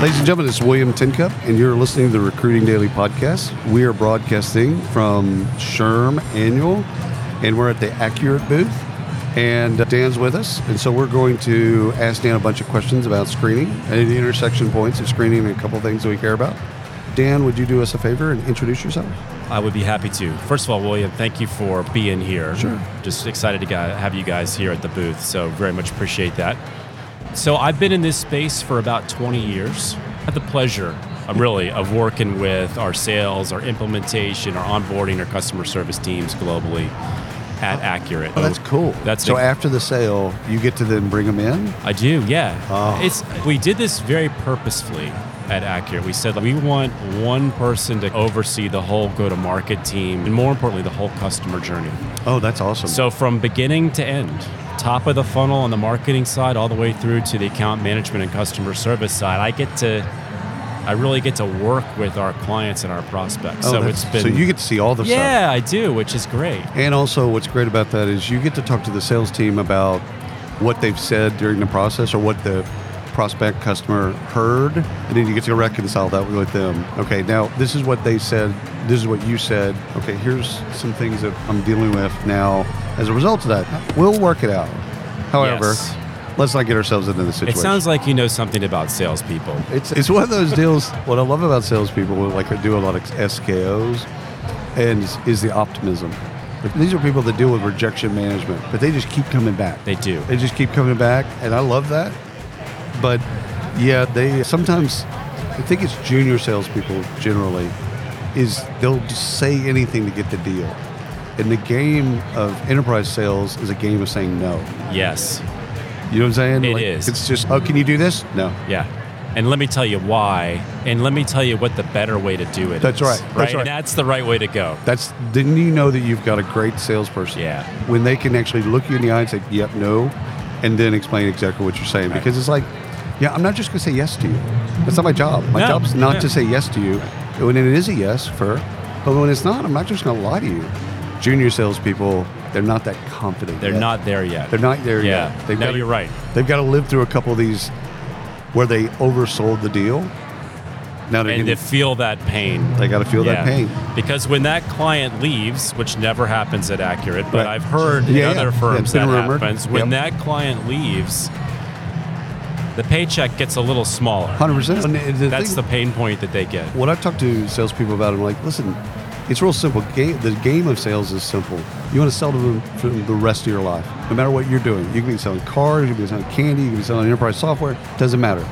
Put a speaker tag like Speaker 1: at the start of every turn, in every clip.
Speaker 1: Ladies and gentlemen, it's William Tincup, and you're listening to the Recruiting Daily Podcast. We are broadcasting from Sherm Annual, and we're at the Accurate booth. And uh, Dan's with us, and so we're going to ask Dan a bunch of questions about screening and the intersection points of screening and a couple things that we care about. Dan, would you do us a favor and introduce yourself?
Speaker 2: I would be happy to. First of all, William, thank you for being here. Sure. Just excited to gu- have you guys here at the booth. So very much appreciate that. So I've been in this space for about 20 years. I had the pleasure, uh, really, of working with our sales, our implementation, our onboarding, our customer service teams globally at Accurate.
Speaker 1: Oh, that's cool.
Speaker 2: That's
Speaker 1: so.
Speaker 2: the-
Speaker 1: after the sale, you get to then bring them in.
Speaker 2: I do, yeah.
Speaker 1: Oh.
Speaker 2: It's we did this very purposefully at Accurate. We said we want one person to oversee the whole go-to-market team, and more importantly, the whole customer journey.
Speaker 1: Oh, that's awesome.
Speaker 2: So from beginning to end, top of the funnel on the marketing side, all the way through to the account management and customer service side, I get to, I really get to work with our clients and our prospects.
Speaker 1: Oh,
Speaker 2: so
Speaker 1: that's-
Speaker 2: it's been,
Speaker 1: so you get to see all the stuff.
Speaker 2: yeah, I do, which is great.
Speaker 1: And also, what's great about that is you get to talk to the sales team about what they've said during the process or what the prospect customer heard, and then you get to reconcile that with them. Okay, now this is what they said, this is what you said. Okay, here's some things that I'm dealing with now as a result of that. We'll work it out. However,
Speaker 2: Yes.
Speaker 1: let's not get ourselves into the
Speaker 2: It
Speaker 1: situation.
Speaker 2: sounds like you know something about salespeople.
Speaker 1: It's it's one of those deals. What I love about salespeople, who, like I do a lot of SKOs, and is, is the optimism. Like, These are people that deal with rejection management, but they just keep coming back.
Speaker 2: They do.
Speaker 1: They just keep coming back, and I love that. But yeah, they sometimes I think it's junior salespeople generally is they'll just say anything to get the deal. And the game of enterprise sales is a game of saying no.
Speaker 2: Yes.
Speaker 1: You know what I'm saying?
Speaker 2: It
Speaker 1: It is.
Speaker 2: is.
Speaker 1: It's just, oh, can you do this? No.
Speaker 2: Yeah. And let me tell you why, and let me tell you what the better way to do it
Speaker 1: That's
Speaker 2: is,
Speaker 1: right. That's
Speaker 2: right.
Speaker 1: right.
Speaker 2: And that's the right way to go.
Speaker 1: That's then you know that you've got a great salesperson.
Speaker 2: Yeah.
Speaker 1: When they can actually look you in the eye and say, "Yep, no," and then explain exactly what you're saying because it's like, yeah, I'm not just going to say yes to you. That's not my job. My
Speaker 2: No,
Speaker 1: job's not
Speaker 2: yeah.
Speaker 1: to say yes to you. When it is a yes, for, but when it's not, I'm not just going to lie to you. Junior salespeople, they're not that confident.
Speaker 2: They're
Speaker 1: yet.
Speaker 2: not there yet.
Speaker 1: They're not there
Speaker 2: Yeah.
Speaker 1: yet.
Speaker 2: no,
Speaker 1: gotta-
Speaker 2: you're right.
Speaker 1: They've got to live through a couple of these where they oversold the deal. Now they
Speaker 2: and to
Speaker 1: can,
Speaker 2: feel that pain.
Speaker 1: they got to feel that pain.
Speaker 2: Because when that client leaves, which never happens at Accurate, but
Speaker 1: Right.
Speaker 2: I've heard
Speaker 1: Yeah, yeah.
Speaker 2: in
Speaker 1: Yeah,
Speaker 2: other
Speaker 1: it's
Speaker 2: firms
Speaker 1: been
Speaker 2: that
Speaker 1: rumored.
Speaker 2: happens, when
Speaker 1: Yep.
Speaker 2: that client leaves, the paycheck gets a little smaller.
Speaker 1: Hundred percent.
Speaker 2: That's the pain point that they get.
Speaker 1: when I've talked to salespeople about it, I'm like, listen, it's real simple. Game, the game of sales is simple. You want to sell to them for the rest of your life, no matter what you're doing. You can be selling cars, you can be selling candy, you can be selling enterprise software. Doesn't matter.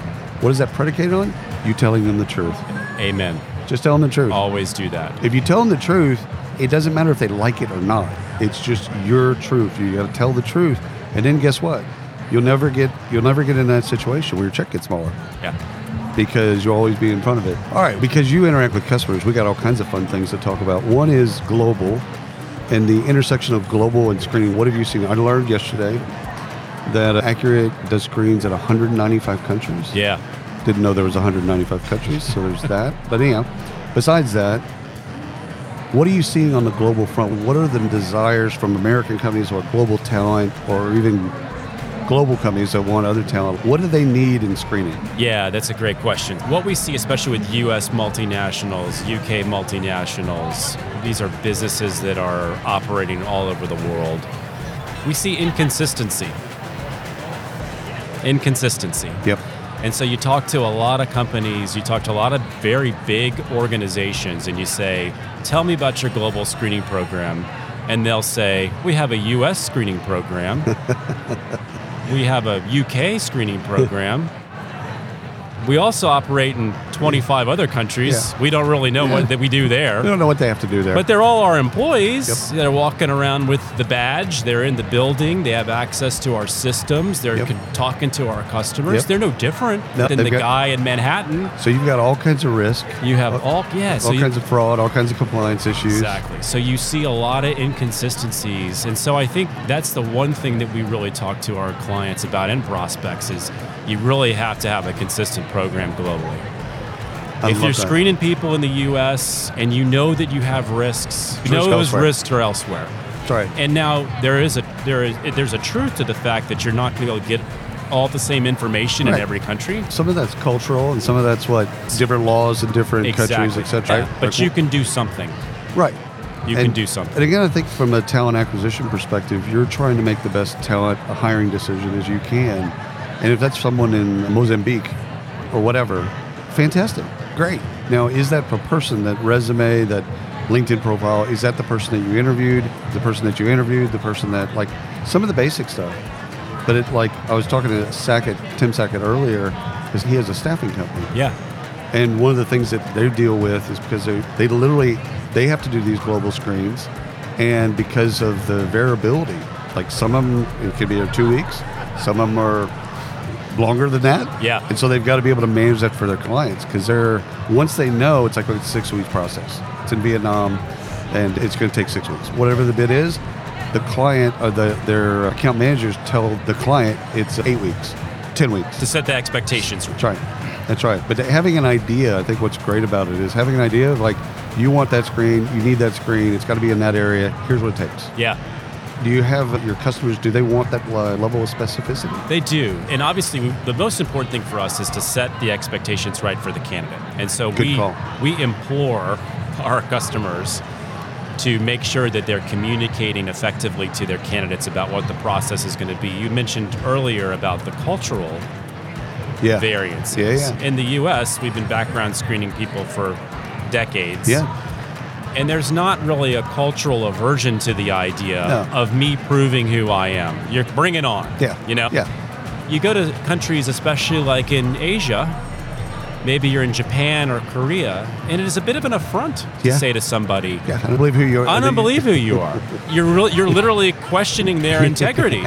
Speaker 1: What is that predicated on? You telling them the truth.
Speaker 2: Amen.
Speaker 1: Just tell them the truth.
Speaker 2: Always do that.
Speaker 1: If you tell them the truth, it doesn't matter if they like it or not. It's just your truth. You got to tell the truth, and then guess what? You'll never get you'll never get in that situation where your check gets smaller
Speaker 2: Yeah.
Speaker 1: because you'll always be in front of it. All right, because you interact with customers, we got all kinds of fun things to talk about. One is global and the intersection of global and screening. What have you seen? I learned yesterday that Accurate does screens at 195 countries.
Speaker 2: Yeah.
Speaker 1: Didn't know there was 195 countries, so there's that. But anyhow, besides that, what are you seeing on the global front? What are the desires from American companies or global talent or even global companies that want other talent? What do they need in screening?
Speaker 2: Yeah, that's a great question. What we see, especially with US multinationals, UK multinationals, these are businesses that are operating all over the world. We see inconsistency. Inconsistency.
Speaker 1: Yep.
Speaker 2: And so you talk to a lot of companies, you talk to a lot of very big organizations, and you say, Tell me about your global screening program. And they'll say, We have a US screening program, we have a UK screening program. We also operate in 25 other countries.
Speaker 1: Yeah.
Speaker 2: We don't really know
Speaker 1: Yeah.
Speaker 2: what that we do there.
Speaker 1: We don't know what they have to do there.
Speaker 2: But they're all our employees.
Speaker 1: Yep.
Speaker 2: They're walking around with the badge. They're in the building. They have access to our systems. They're
Speaker 1: Yep.
Speaker 2: con- talking to our customers.
Speaker 1: Yep.
Speaker 2: They're no different
Speaker 1: No,
Speaker 2: than
Speaker 1: they've
Speaker 2: the
Speaker 1: got-
Speaker 2: guy in Manhattan.
Speaker 1: so you've got all kinds of risk,
Speaker 2: You have all yeah. So
Speaker 1: all
Speaker 2: you,
Speaker 1: kinds of fraud, all kinds of compliance issues.
Speaker 2: Exactly. So you see a lot of inconsistencies. And so I think that's the one thing that we really talk to our clients about and prospects is you really have to have a consistent program globally.
Speaker 1: I
Speaker 2: if
Speaker 1: love
Speaker 2: you're
Speaker 1: that.
Speaker 2: screening people in the US and you know that you have risks, you know
Speaker 1: Risk
Speaker 2: those
Speaker 1: elsewhere.
Speaker 2: risks are elsewhere.
Speaker 1: That's right.
Speaker 2: And now there is a there is there's a truth to the fact that you're not going to be able to get all the same information
Speaker 1: Right.
Speaker 2: in every country.
Speaker 1: Some of that's cultural, and some of that's what different laws in different countries,
Speaker 2: Exactly.
Speaker 1: etc.
Speaker 2: Yeah. But you can do something.
Speaker 1: right.
Speaker 2: You
Speaker 1: And-
Speaker 2: can do something.
Speaker 1: And again, I think from a talent acquisition perspective, you're trying to make the best talent hiring decision as you can. And if that's someone in Mozambique or whatever, fantastic, great. Now, is that per person, that resume, that LinkedIn profile, is that the person that you interviewed, the person that you interviewed, the person that, like, some of the basic stuff? But it, like, I was talking to Sackett, Tim Sackett earlier, because he has a staffing company.
Speaker 2: Yeah.
Speaker 1: And one of the things that they deal with is because they, they literally they have to do these global screens, and because of the variability, like some of them it could be two weeks, some of them are longer than that.
Speaker 2: Yeah.
Speaker 1: And so they've got to be able to manage that for their clients because they're once they know it's like a six week process. It's in Vietnam, and it's going to take six weeks. Whatever the bid is, the client or the their account managers tell the client it's eight weeks, ten weeks.
Speaker 2: To set the expectations.
Speaker 1: That's right. That's right. But having an idea, I think what's great about it is having an idea of like, you want that screen, you need that screen, it's got to be in that area, here's what it takes.
Speaker 2: Yeah.
Speaker 1: Do you have your customers, do they want that uh, level of specificity?
Speaker 2: They do. And obviously, we, the most important thing for us is to set the expectations right for the candidate. And so
Speaker 1: Good
Speaker 2: we,
Speaker 1: call.
Speaker 2: we implore our customers to make sure that they're communicating effectively to their candidates about what the process is going to be. You mentioned earlier about the cultural
Speaker 1: Yeah.
Speaker 2: variances.
Speaker 1: Yeah, yeah.
Speaker 2: In the US, we've been background screening people for decades.
Speaker 1: Yeah.
Speaker 2: And there's not really a cultural aversion to the idea
Speaker 1: No.
Speaker 2: of me proving who I am. You're bringing on.
Speaker 1: Yeah.
Speaker 2: You know?
Speaker 1: Yeah.
Speaker 2: You go to countries, especially like in Asia, maybe you're in Japan or Korea, and it is a bit of an affront to
Speaker 1: Yeah.
Speaker 2: say to somebody,
Speaker 1: Yeah. I don't believe who you are.
Speaker 2: I don't believe who you are. You're, really, you're literally questioning their integrity.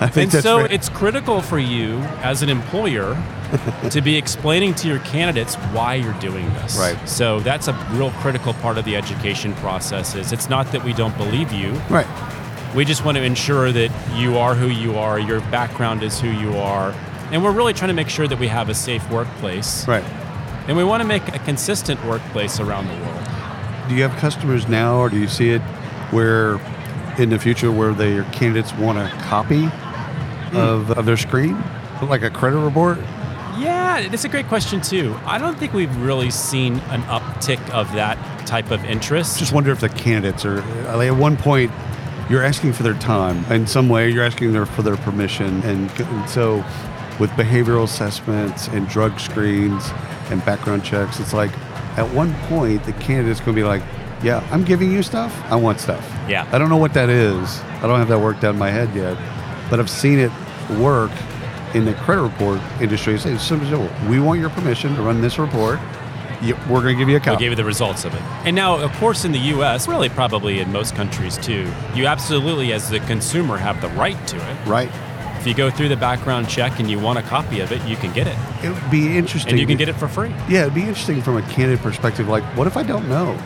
Speaker 1: I think
Speaker 2: And
Speaker 1: that's
Speaker 2: so
Speaker 1: fair.
Speaker 2: it's critical for you as an employer to be explaining to your candidates why you're doing this.
Speaker 1: Right.
Speaker 2: So that's a real critical part of the education process is it's not that we don't believe you.
Speaker 1: right.
Speaker 2: We just want to ensure that you are who you are, your background is who you are. And we're really trying to make sure that we have a safe workplace.
Speaker 1: Right.
Speaker 2: And we want to make a consistent workplace around the world.
Speaker 1: Do you have customers now, or do you see it where in the future where their candidates want a copy
Speaker 2: Hmm.
Speaker 1: of, of their screen, like a credit report?
Speaker 2: Yeah, that's a great question, too. I don't think we've really seen an uptick of that type of interest.
Speaker 1: just wonder if the candidates are like, at one point you're asking for their time in some way you're asking their, for their permission and, and so with behavioral assessments and drug screens and background checks it's like at one point the candidate's going to be like yeah i'm giving you stuff i want stuff
Speaker 2: Yeah.
Speaker 1: i don't know what that is i don't have that worked out in my head yet but i've seen it work in the credit report industry it's simple we want your permission to run this report You- we're going to give you a
Speaker 2: We'll
Speaker 1: copy
Speaker 2: give you the results of it. And now, of course, in the U.S., really probably in most countries too, you absolutely, as the consumer, have the right to it.
Speaker 1: right
Speaker 2: If you go through the background check and you want a copy of it, you can get it,
Speaker 1: it would be interesting
Speaker 2: and you can get it for free.
Speaker 1: Yeah, it'd be interesting from a candidate perspective. Like, what if I don't know?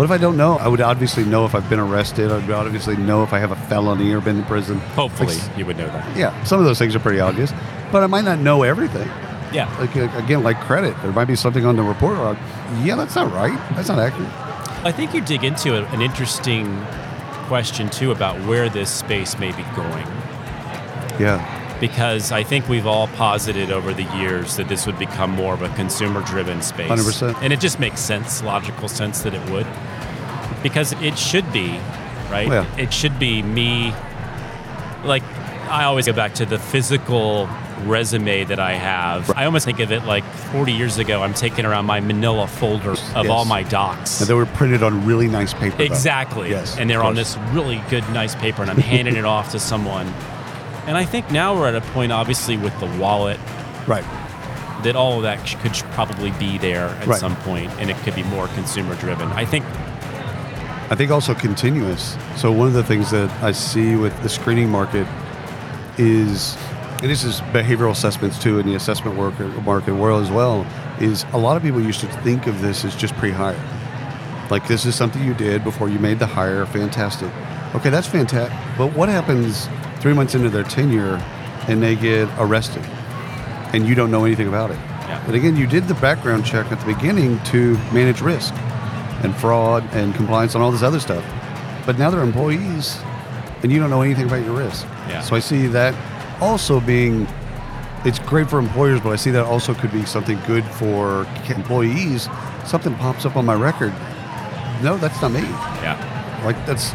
Speaker 1: What if I don't know? I would obviously know if I've been arrested. I'd obviously know if I have a felony or been in prison.
Speaker 2: Hopefully,
Speaker 1: Like,
Speaker 2: you would know that.
Speaker 1: yeah, some of those things are pretty obvious, but I might not know everything.
Speaker 2: Yeah,
Speaker 1: Like uh, again, like credit, there might be something on the report. Where I'm, yeah, that's not right. That's not accurate.
Speaker 2: I think you dig into a- an interesting question too about where this space may be going.
Speaker 1: Yeah,
Speaker 2: Because I think we've all posited over the years that this would become more of a consumer driven space.
Speaker 1: 100%.
Speaker 2: And it just makes sense, logical sense that it would. Because it should be, right?
Speaker 1: Well, Oh, yeah.
Speaker 2: It should be me. Like, I always go back to the physical resume that I have. I almost think of it like 40 years ago, I'm taking around my manila folder of
Speaker 1: Yes.
Speaker 2: all my docs.
Speaker 1: and they were printed on really nice paper. though.
Speaker 2: Exactly.
Speaker 1: Yes,
Speaker 2: And they're
Speaker 1: of
Speaker 2: on
Speaker 1: course.
Speaker 2: this really good, nice paper, and I'm handing it off to someone. And I think now we're at a point, obviously, with the wallet,
Speaker 1: Right.
Speaker 2: that all of that sh- could sh- probably be there at
Speaker 1: Right.
Speaker 2: some point, and it could be more consumer driven. I think,
Speaker 1: I think also continuous. So one of the things that I see with the screening market is, and this is behavioral assessments too, in the assessment work market world as well, is a lot of people used to think of this as just pre-hire. Like this is something you did before you made the hire. Fantastic. Okay, that's fantastic. But what happens three months into their tenure and they get arrested and you don't know anything about it?
Speaker 2: Yeah.
Speaker 1: But again, you did the background check at the beginning to manage risk and fraud and compliance and all this other stuff. But now they're employees and you don't know anything about your risk.
Speaker 2: Yeah.
Speaker 1: So I see that also being it's great for employers, but I see that also could be something good for ca- employees. Something pops up on my record. No, that's not me.
Speaker 2: Yeah.
Speaker 1: Like that's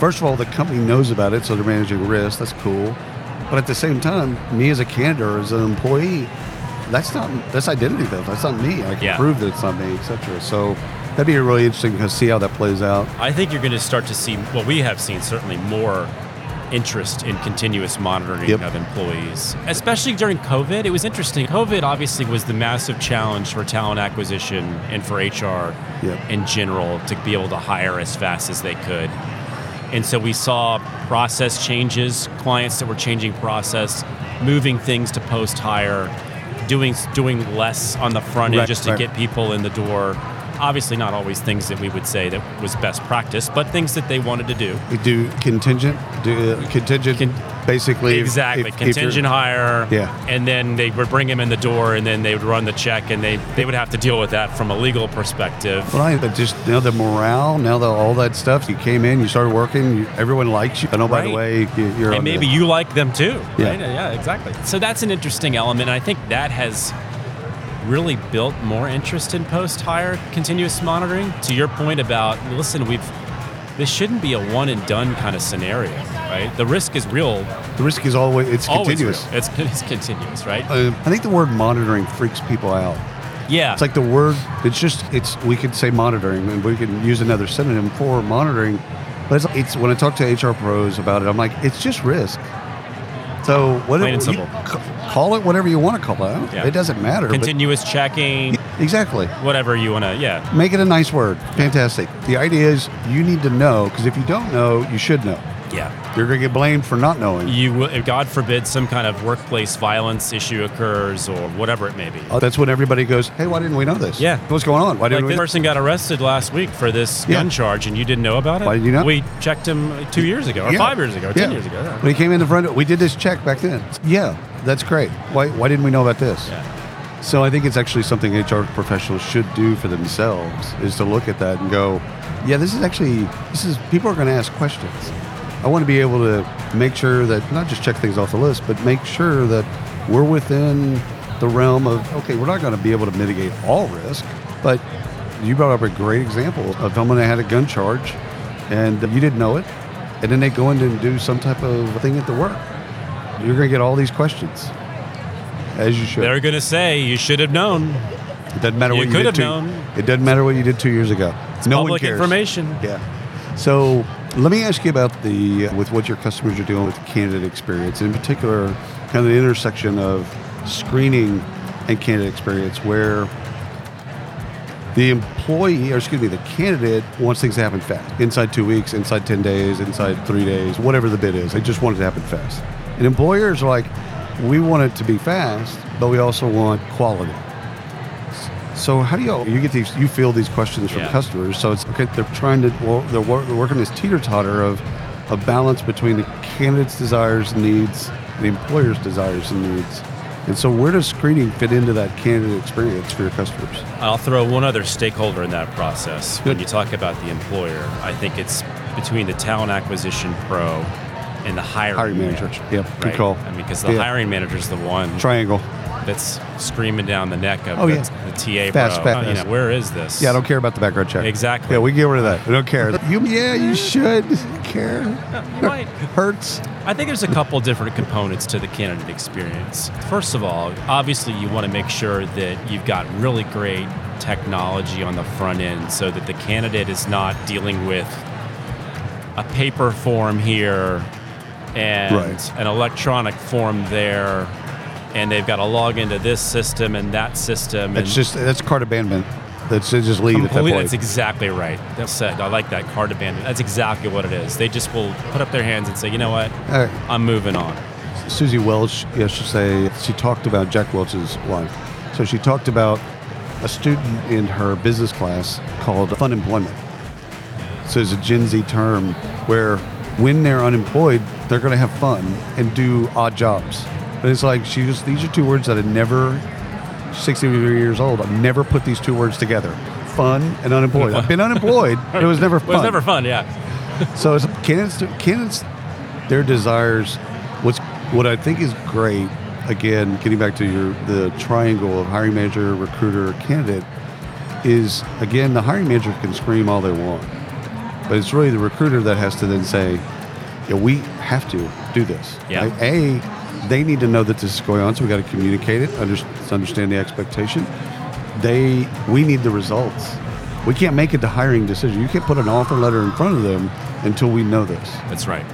Speaker 1: first of all, the company knows about it, so they're managing risk. That's cool. But at the same time, me as a candidate or as an employee, that's not that's identity theft. That's not me. I can
Speaker 2: Yeah.
Speaker 1: prove that it's not me, etc. So that'd be really interesting to see how that plays out.
Speaker 2: I think you're going to start to see, well, we have seen certainly more interest in continuous monitoring
Speaker 1: Yep.
Speaker 2: of employees, especially during COVID. It was interesting. COVID obviously was the massive challenge for talent acquisition and for HR
Speaker 1: Yep.
Speaker 2: in general to be able to hire as fast as they could. And so we saw process changes, clients that were changing process, moving things to post hire, doing doing less on the front end
Speaker 1: Right,
Speaker 2: just to
Speaker 1: right.
Speaker 2: get people in the door. Obviously, not always things that we would say that was best practice, but things that they wanted to do.
Speaker 1: We do contingent, do uh, contingent,
Speaker 2: Con-
Speaker 1: basically if-
Speaker 2: Exactly,
Speaker 1: if- if you're-
Speaker 2: contingent hire.
Speaker 1: Yeah.
Speaker 2: and then they would bring him in the door, and then they would run the check, and they they would have to deal with that from a legal perspective.
Speaker 1: Well, I but just now the morale, now the all that stuff. You came in, you started working, you, everyone likes you. I know, by the
Speaker 2: Right.
Speaker 1: way, you, you're on
Speaker 2: and maybe
Speaker 1: the,
Speaker 2: you like them too.
Speaker 1: Yeah.
Speaker 2: right? yeah, exactly. So that's an interesting element. I think that has really built more interest in post-hire continuous monitoring. To your point about, listen, we've this shouldn't be a one and done kind of scenario, right? The risk is real.
Speaker 1: the risk is always it's
Speaker 2: Always
Speaker 1: continuous.
Speaker 2: real. It's, it's continuous, right?
Speaker 1: Uh, I think the word monitoring freaks people out.
Speaker 2: yeah.
Speaker 1: It's like the word. It's just it's we could say monitoring, and we can use another synonym for monitoring. But it's, it's when I talk to HR pros about it, I'm like, it's just risk. So whatever
Speaker 2: Plain and
Speaker 1: you
Speaker 2: simple.
Speaker 1: ca- call it, whatever you want to call it, I don't-
Speaker 2: Yeah.
Speaker 1: it doesn't matter. but-
Speaker 2: continuous checking,
Speaker 1: exactly.
Speaker 2: whatever you want to. Yeah.
Speaker 1: Make it a nice word. Fantastic. The idea is you need to know because if you don't know, you should know.
Speaker 2: Yeah.
Speaker 1: You're going to get blamed for not knowing.
Speaker 2: You, will- if God forbid, some kind of workplace violence issue occurs or whatever it may be.
Speaker 1: Uh, That's when everybody goes, "Hey, why didn't we know this?
Speaker 2: Yeah.
Speaker 1: what's going on? Why didn't
Speaker 2: Like
Speaker 1: we?"
Speaker 2: this person got arrested last week for this
Speaker 1: Yeah.
Speaker 2: gun charge, and you didn't know about it.
Speaker 1: Why did you not?
Speaker 2: We checked him uh, two years ago, or
Speaker 1: Yeah.
Speaker 2: five years ago, or ten
Speaker 1: Yeah. uh,
Speaker 2: years ago. yeah.
Speaker 1: When he came in the front, we did this check back then. Yeah, that's great. Why, why didn't we know about this?
Speaker 2: Yeah.
Speaker 1: So I think it's actually something HR professionals should do for themselves is to look at that and go, yeah, this is actually this is people are going to ask questions. I want to be able to make sure that not just check things off the list, but make sure that we're within the realm of okay, we're not going to be able to mitigate all risk, but you brought up a great example of someone that had a gun charge and you didn't know it, and then they go in and do some type of thing at the work. You're going to get all these questions, as you should.
Speaker 2: They're gonna say you should have known.
Speaker 1: It doesn't matter
Speaker 2: You
Speaker 1: what you
Speaker 2: could
Speaker 1: did
Speaker 2: have
Speaker 1: two-
Speaker 2: known.
Speaker 1: It doesn't matter what you did two years ago. no one
Speaker 2: Public
Speaker 1: cares.
Speaker 2: information.
Speaker 1: Yeah. So let me ask you about the uh, with what your customers are doing with the candidate experience, in particular, kind of the intersection of screening and candidate experience, where the employee, or excuse me, the candidate wants things to happen fast. Inside two weeks, inside 10 days, inside three days, whatever the bid is. They just want it to happen fast. And employers are like, we want it to be fast, but we also want quality. So how do you you get these you feel these questions from
Speaker 2: Yeah.
Speaker 1: customers? So it's okay. They're trying to well, they're, wor- they're working this teeter totter of a balance between the candidate's desires and needs, and the employer's desires and needs. And so where does screening fit into that candidate experience for your customers?
Speaker 2: I'll throw one other stakeholder in that process. When
Speaker 1: Good.
Speaker 2: you talk about the employer, I think it's between the talent acquisition pro and the hiring,
Speaker 1: Hiring manager. Yep, good
Speaker 2: Right?
Speaker 1: call.
Speaker 2: I mean, because the
Speaker 1: Yeah.
Speaker 2: hiring manager is the one
Speaker 1: Triangle.
Speaker 2: that's screaming down the neck of
Speaker 1: Oh,
Speaker 2: the,
Speaker 1: yeah.
Speaker 2: the TA
Speaker 1: Fast,
Speaker 2: pro. Oh,
Speaker 1: fast,
Speaker 2: you know,
Speaker 1: fast.
Speaker 2: where is this?
Speaker 1: Yeah, I don't care about the background check.
Speaker 2: Exactly.
Speaker 1: Yeah, we get rid of that. I don't care. you yeah, you should care.
Speaker 2: You might.
Speaker 1: Hurts.
Speaker 2: I think there's a couple different components to the candidate experience. First of all, obviously, you want to make sure that you've got really great technology on the front end so that the candidate is not dealing with a paper form here and
Speaker 1: Right.
Speaker 2: an electronic form there, and they've got to log into this system and that system.
Speaker 1: That's
Speaker 2: and
Speaker 1: just that's card abandonment. That's they just leave at that
Speaker 2: Complete-
Speaker 1: point.
Speaker 2: That's exactly right. That's said. I like that card abandon. That's exactly what it is. They just will put up their hands and say, you know what,
Speaker 1: All right.
Speaker 2: I'm moving on.
Speaker 1: Susie Welch yesterday, she talked about Jack Welch's wife. So she talked about a student in her business class called fun employment. So it's a Gen Z term where when they're unemployed, they're going to have fun and do odd jobs. And it's like, she just, these are two words that I never, 63 years old, I've never put these two words together. Fun and unemployed. I've been unemployed, but it was never fun.
Speaker 2: Well, it's never fun, yeah.
Speaker 1: So it's candidates, candidates, their desires, what's What I think is great, again, getting back to your the triangle of hiring manager, recruiter, candidate, is again the hiring manager can scream all they want, but it's really the recruiter that has to then say, "Yeah, we have to do this."
Speaker 2: Yeah.
Speaker 1: Like, A, they need to know that this is going on, so we got to communicate it, under, understand the expectation. They, we need the results. We can't make a de- hiring decision. You can't put an offer letter in front of them until we know this.
Speaker 2: That's right.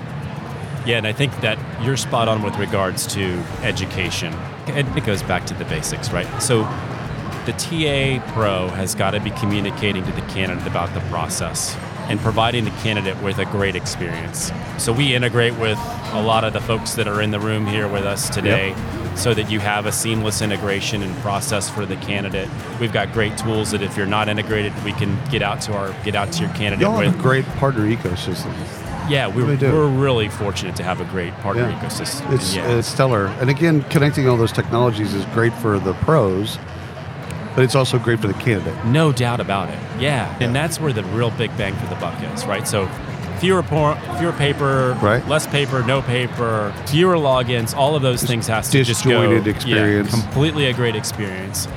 Speaker 2: Yeah, and I think that you're spot on with regards to education. And it goes back to the basics, right? So the TA pro has got to be communicating to the candidate about the process and providing the candidate with a great experience. So we integrate with a lot of the folks that are in the room here with us today so that you have a seamless integration and process for the candidate. We've got great tools that if you're not integrated, we can get out to our get out to your candidate
Speaker 1: Y'all
Speaker 2: with.
Speaker 1: have a great partner ecosystem.
Speaker 2: Yeah, we're,
Speaker 1: Really do.
Speaker 2: we're really fortunate to have a great partner
Speaker 1: Yeah.
Speaker 2: ecosystem.
Speaker 1: It's, uh,
Speaker 2: yeah.
Speaker 1: it's stellar. And again, connecting all those technologies is great for the pros, but it's also great for the candidate.
Speaker 2: no doubt about it. Yeah. And that's where the real big bang for the buck is, right? So fewer por- fewer paper,
Speaker 1: Right.
Speaker 2: less paper, no paper, fewer logins, all of those things has to just go
Speaker 1: disjointed experience.
Speaker 2: Yeah, completely a great experience.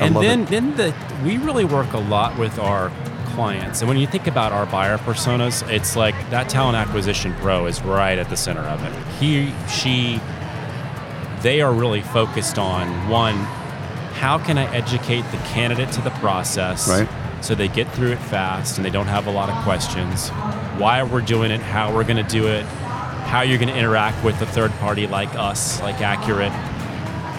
Speaker 1: I
Speaker 2: and
Speaker 1: love
Speaker 2: then
Speaker 1: it.
Speaker 2: then the we really work a lot with our clients. And when you think about our buyer personas, it's like that talent acquisition pro is right at the center of it. He, she, they are really focused on one, how can I educate the candidate to the process
Speaker 1: Right.
Speaker 2: so they get through it fast and they don't have a lot of questions? Why we're doing it, how we're going to do it, how you're going to interact with a third party like us, like Accurate.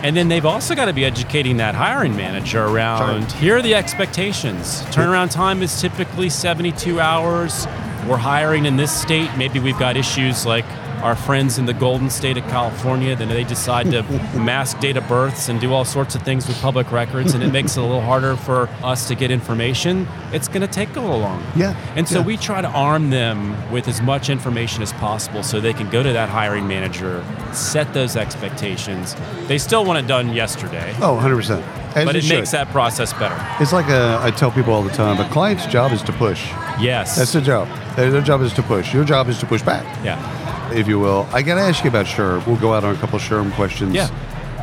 Speaker 2: And then they've also got to be educating that hiring manager around here are the expectations. Turnaround time is typically 72 hours. We're hiring in this state. Maybe we've got issues like our friends in the golden state of California, then they decide to mask date of births and do all sorts of things with public records, and it makes it a little harder for us to get information. It's going to take a little longer.
Speaker 1: Yeah,
Speaker 2: And so
Speaker 1: yeah.
Speaker 2: we try to arm them with as much information as possible so they can go to that hiring manager, set those expectations. They still want it done yesterday,
Speaker 1: Oh, 100%. As
Speaker 2: but
Speaker 1: you
Speaker 2: it
Speaker 1: should.
Speaker 2: makes that process better.
Speaker 1: It's like a, I tell people all the time a client's job is to push.
Speaker 2: Yes.
Speaker 1: That's their job. Their their job is to push. Your job is to push back,
Speaker 2: yeah.
Speaker 1: if you will. I got to ask you about Sherm. We'll go out on a couple of Sherm questions.
Speaker 2: Yeah.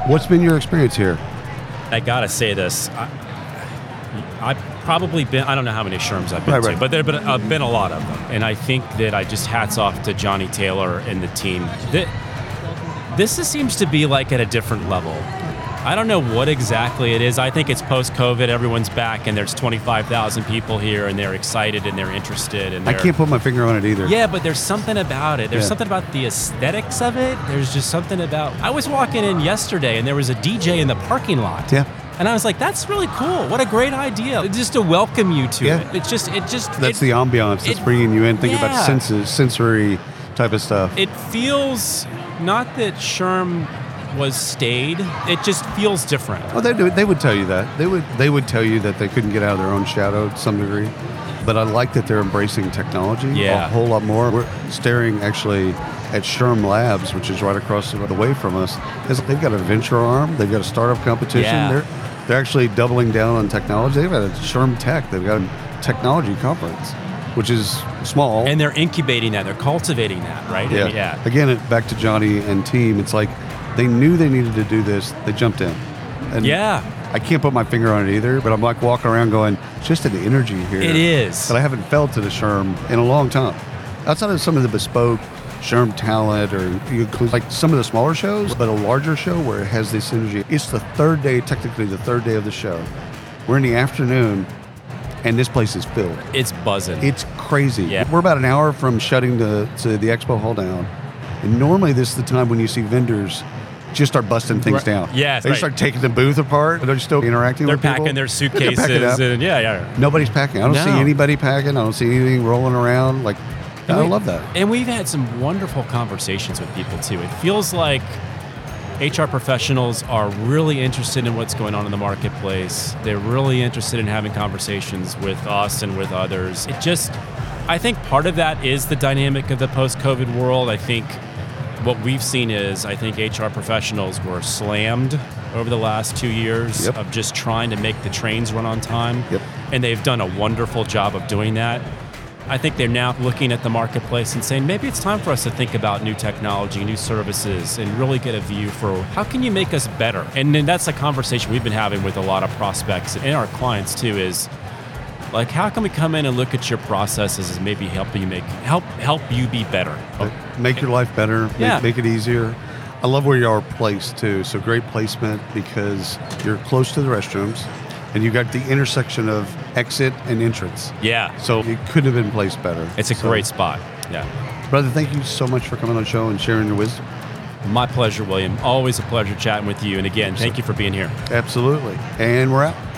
Speaker 1: What's been your experience here?
Speaker 2: I gotta say this. I, I've probably been, I don't know how many Sherms I've been
Speaker 1: Right,
Speaker 2: to,
Speaker 1: right.
Speaker 2: but there have been, uh, been a lot of them. And I think that I just hats off to Johnny Taylor and the team. Th- This is- seems to be like at a different level. I don't know what exactly it is. I think it's post COVID, everyone's back, and there's 25,000 people here, and they're excited and they're interested. And
Speaker 1: I
Speaker 2: they're,
Speaker 1: can't put my finger on it either.
Speaker 2: yeah, but there's something about it. There's
Speaker 1: Yeah.
Speaker 2: something about the aesthetics of it. There's just something about. I was walking in yesterday and there was a DJ in the parking lot.
Speaker 1: Yeah.
Speaker 2: And I was like, that's really cool. What a great idea. Just to welcome you to
Speaker 1: Yeah.
Speaker 2: it. It's just, it just.
Speaker 1: That's
Speaker 2: it,
Speaker 1: the ambiance that's
Speaker 2: it-
Speaker 1: bringing you in. Think
Speaker 2: yeah.
Speaker 1: about senses, sensory type of stuff.
Speaker 2: It feels not that Sherm was stayed, it just feels different.
Speaker 1: Well, Oh, they do. They would tell you that. They would. They would tell you that they couldn't get out of their own shadow to some degree. But I like that they're embracing technology
Speaker 2: Yeah.
Speaker 1: a whole lot more. We're staring actually at Sherm Labs, which is right across the way from us. It's- They've got a venture arm. They've got a startup competition.
Speaker 2: Yeah.
Speaker 1: They're they're actually doubling down on technology. They've got a Sherm Tech. They've got a technology conference, which is small.
Speaker 2: And they're incubating that, they're cultivating that, right?
Speaker 1: yeah.
Speaker 2: yeah.
Speaker 1: Again, it, back to Johnny and team. It's like they knew they needed to do this. They jumped in. And
Speaker 2: Yeah.
Speaker 1: I can't put my finger on it either, but I'm like walking around going, "It's just an energy here.
Speaker 2: It is.
Speaker 1: That I haven't felt at a Sherm in a long time. Outside of some of the bespoke Sherm talent or you include like some of the smaller shows, but a larger show where it has this energy. It's the third day, technically the third day of the show. We're in the afternoon and this place is filled.
Speaker 2: It's buzzing.
Speaker 1: It's crazy.
Speaker 2: Yeah.
Speaker 1: We're about an hour from shutting the, to the expo hall down. And normally this is the time when you see vendors just start busting things
Speaker 2: Right.
Speaker 1: down.
Speaker 2: Yes,
Speaker 1: They
Speaker 2: right.
Speaker 1: start taking the booth apart. They're still interacting
Speaker 2: they're
Speaker 1: with people.
Speaker 2: packing their
Speaker 1: They're packing
Speaker 2: suitcases.
Speaker 1: up.
Speaker 2: And yeah, yeah.
Speaker 1: Nobody's packing. I don't see
Speaker 2: No.
Speaker 1: anybody packing. I don't see anything rolling around. Like,
Speaker 2: And
Speaker 1: I
Speaker 2: we-
Speaker 1: love that.
Speaker 2: And we've had some wonderful conversations with people too. It feels like HR professionals are really interested in what's going on in the marketplace. They're really interested in having conversations with us and with others. It just, I think part of that is the dynamic of the post COVID world. I think what we've seen is, I think HR professionals were slammed over the last two years
Speaker 1: Yep.
Speaker 2: of just trying to make the trains run on time
Speaker 1: Yep.
Speaker 2: and they've done a wonderful job of doing that. I think they're now looking at the marketplace and saying maybe it's time for us to think about new technology, new services, and really get a view for how can you make us better. And then that's a conversation we've been having with a lot of prospects and our clients too. Is like how can we come in and look at your processes and maybe help you make help help you be better.
Speaker 1: Make your life better, make,
Speaker 2: Oh. Yeah.
Speaker 1: make it easier. I love where you are placed too. So great placement because you're close to the restrooms and you got the intersection of exit and entrance.
Speaker 2: Yeah,
Speaker 1: So it could have been placed better.
Speaker 2: it's a
Speaker 1: So,
Speaker 2: great spot. Yeah.
Speaker 1: brother. Thank you so much for coming on the show and sharing your wisdom.
Speaker 2: My pleasure, William. Always a pleasure chatting with you. And again, thank you for being here.
Speaker 1: Absolutely. And we're out.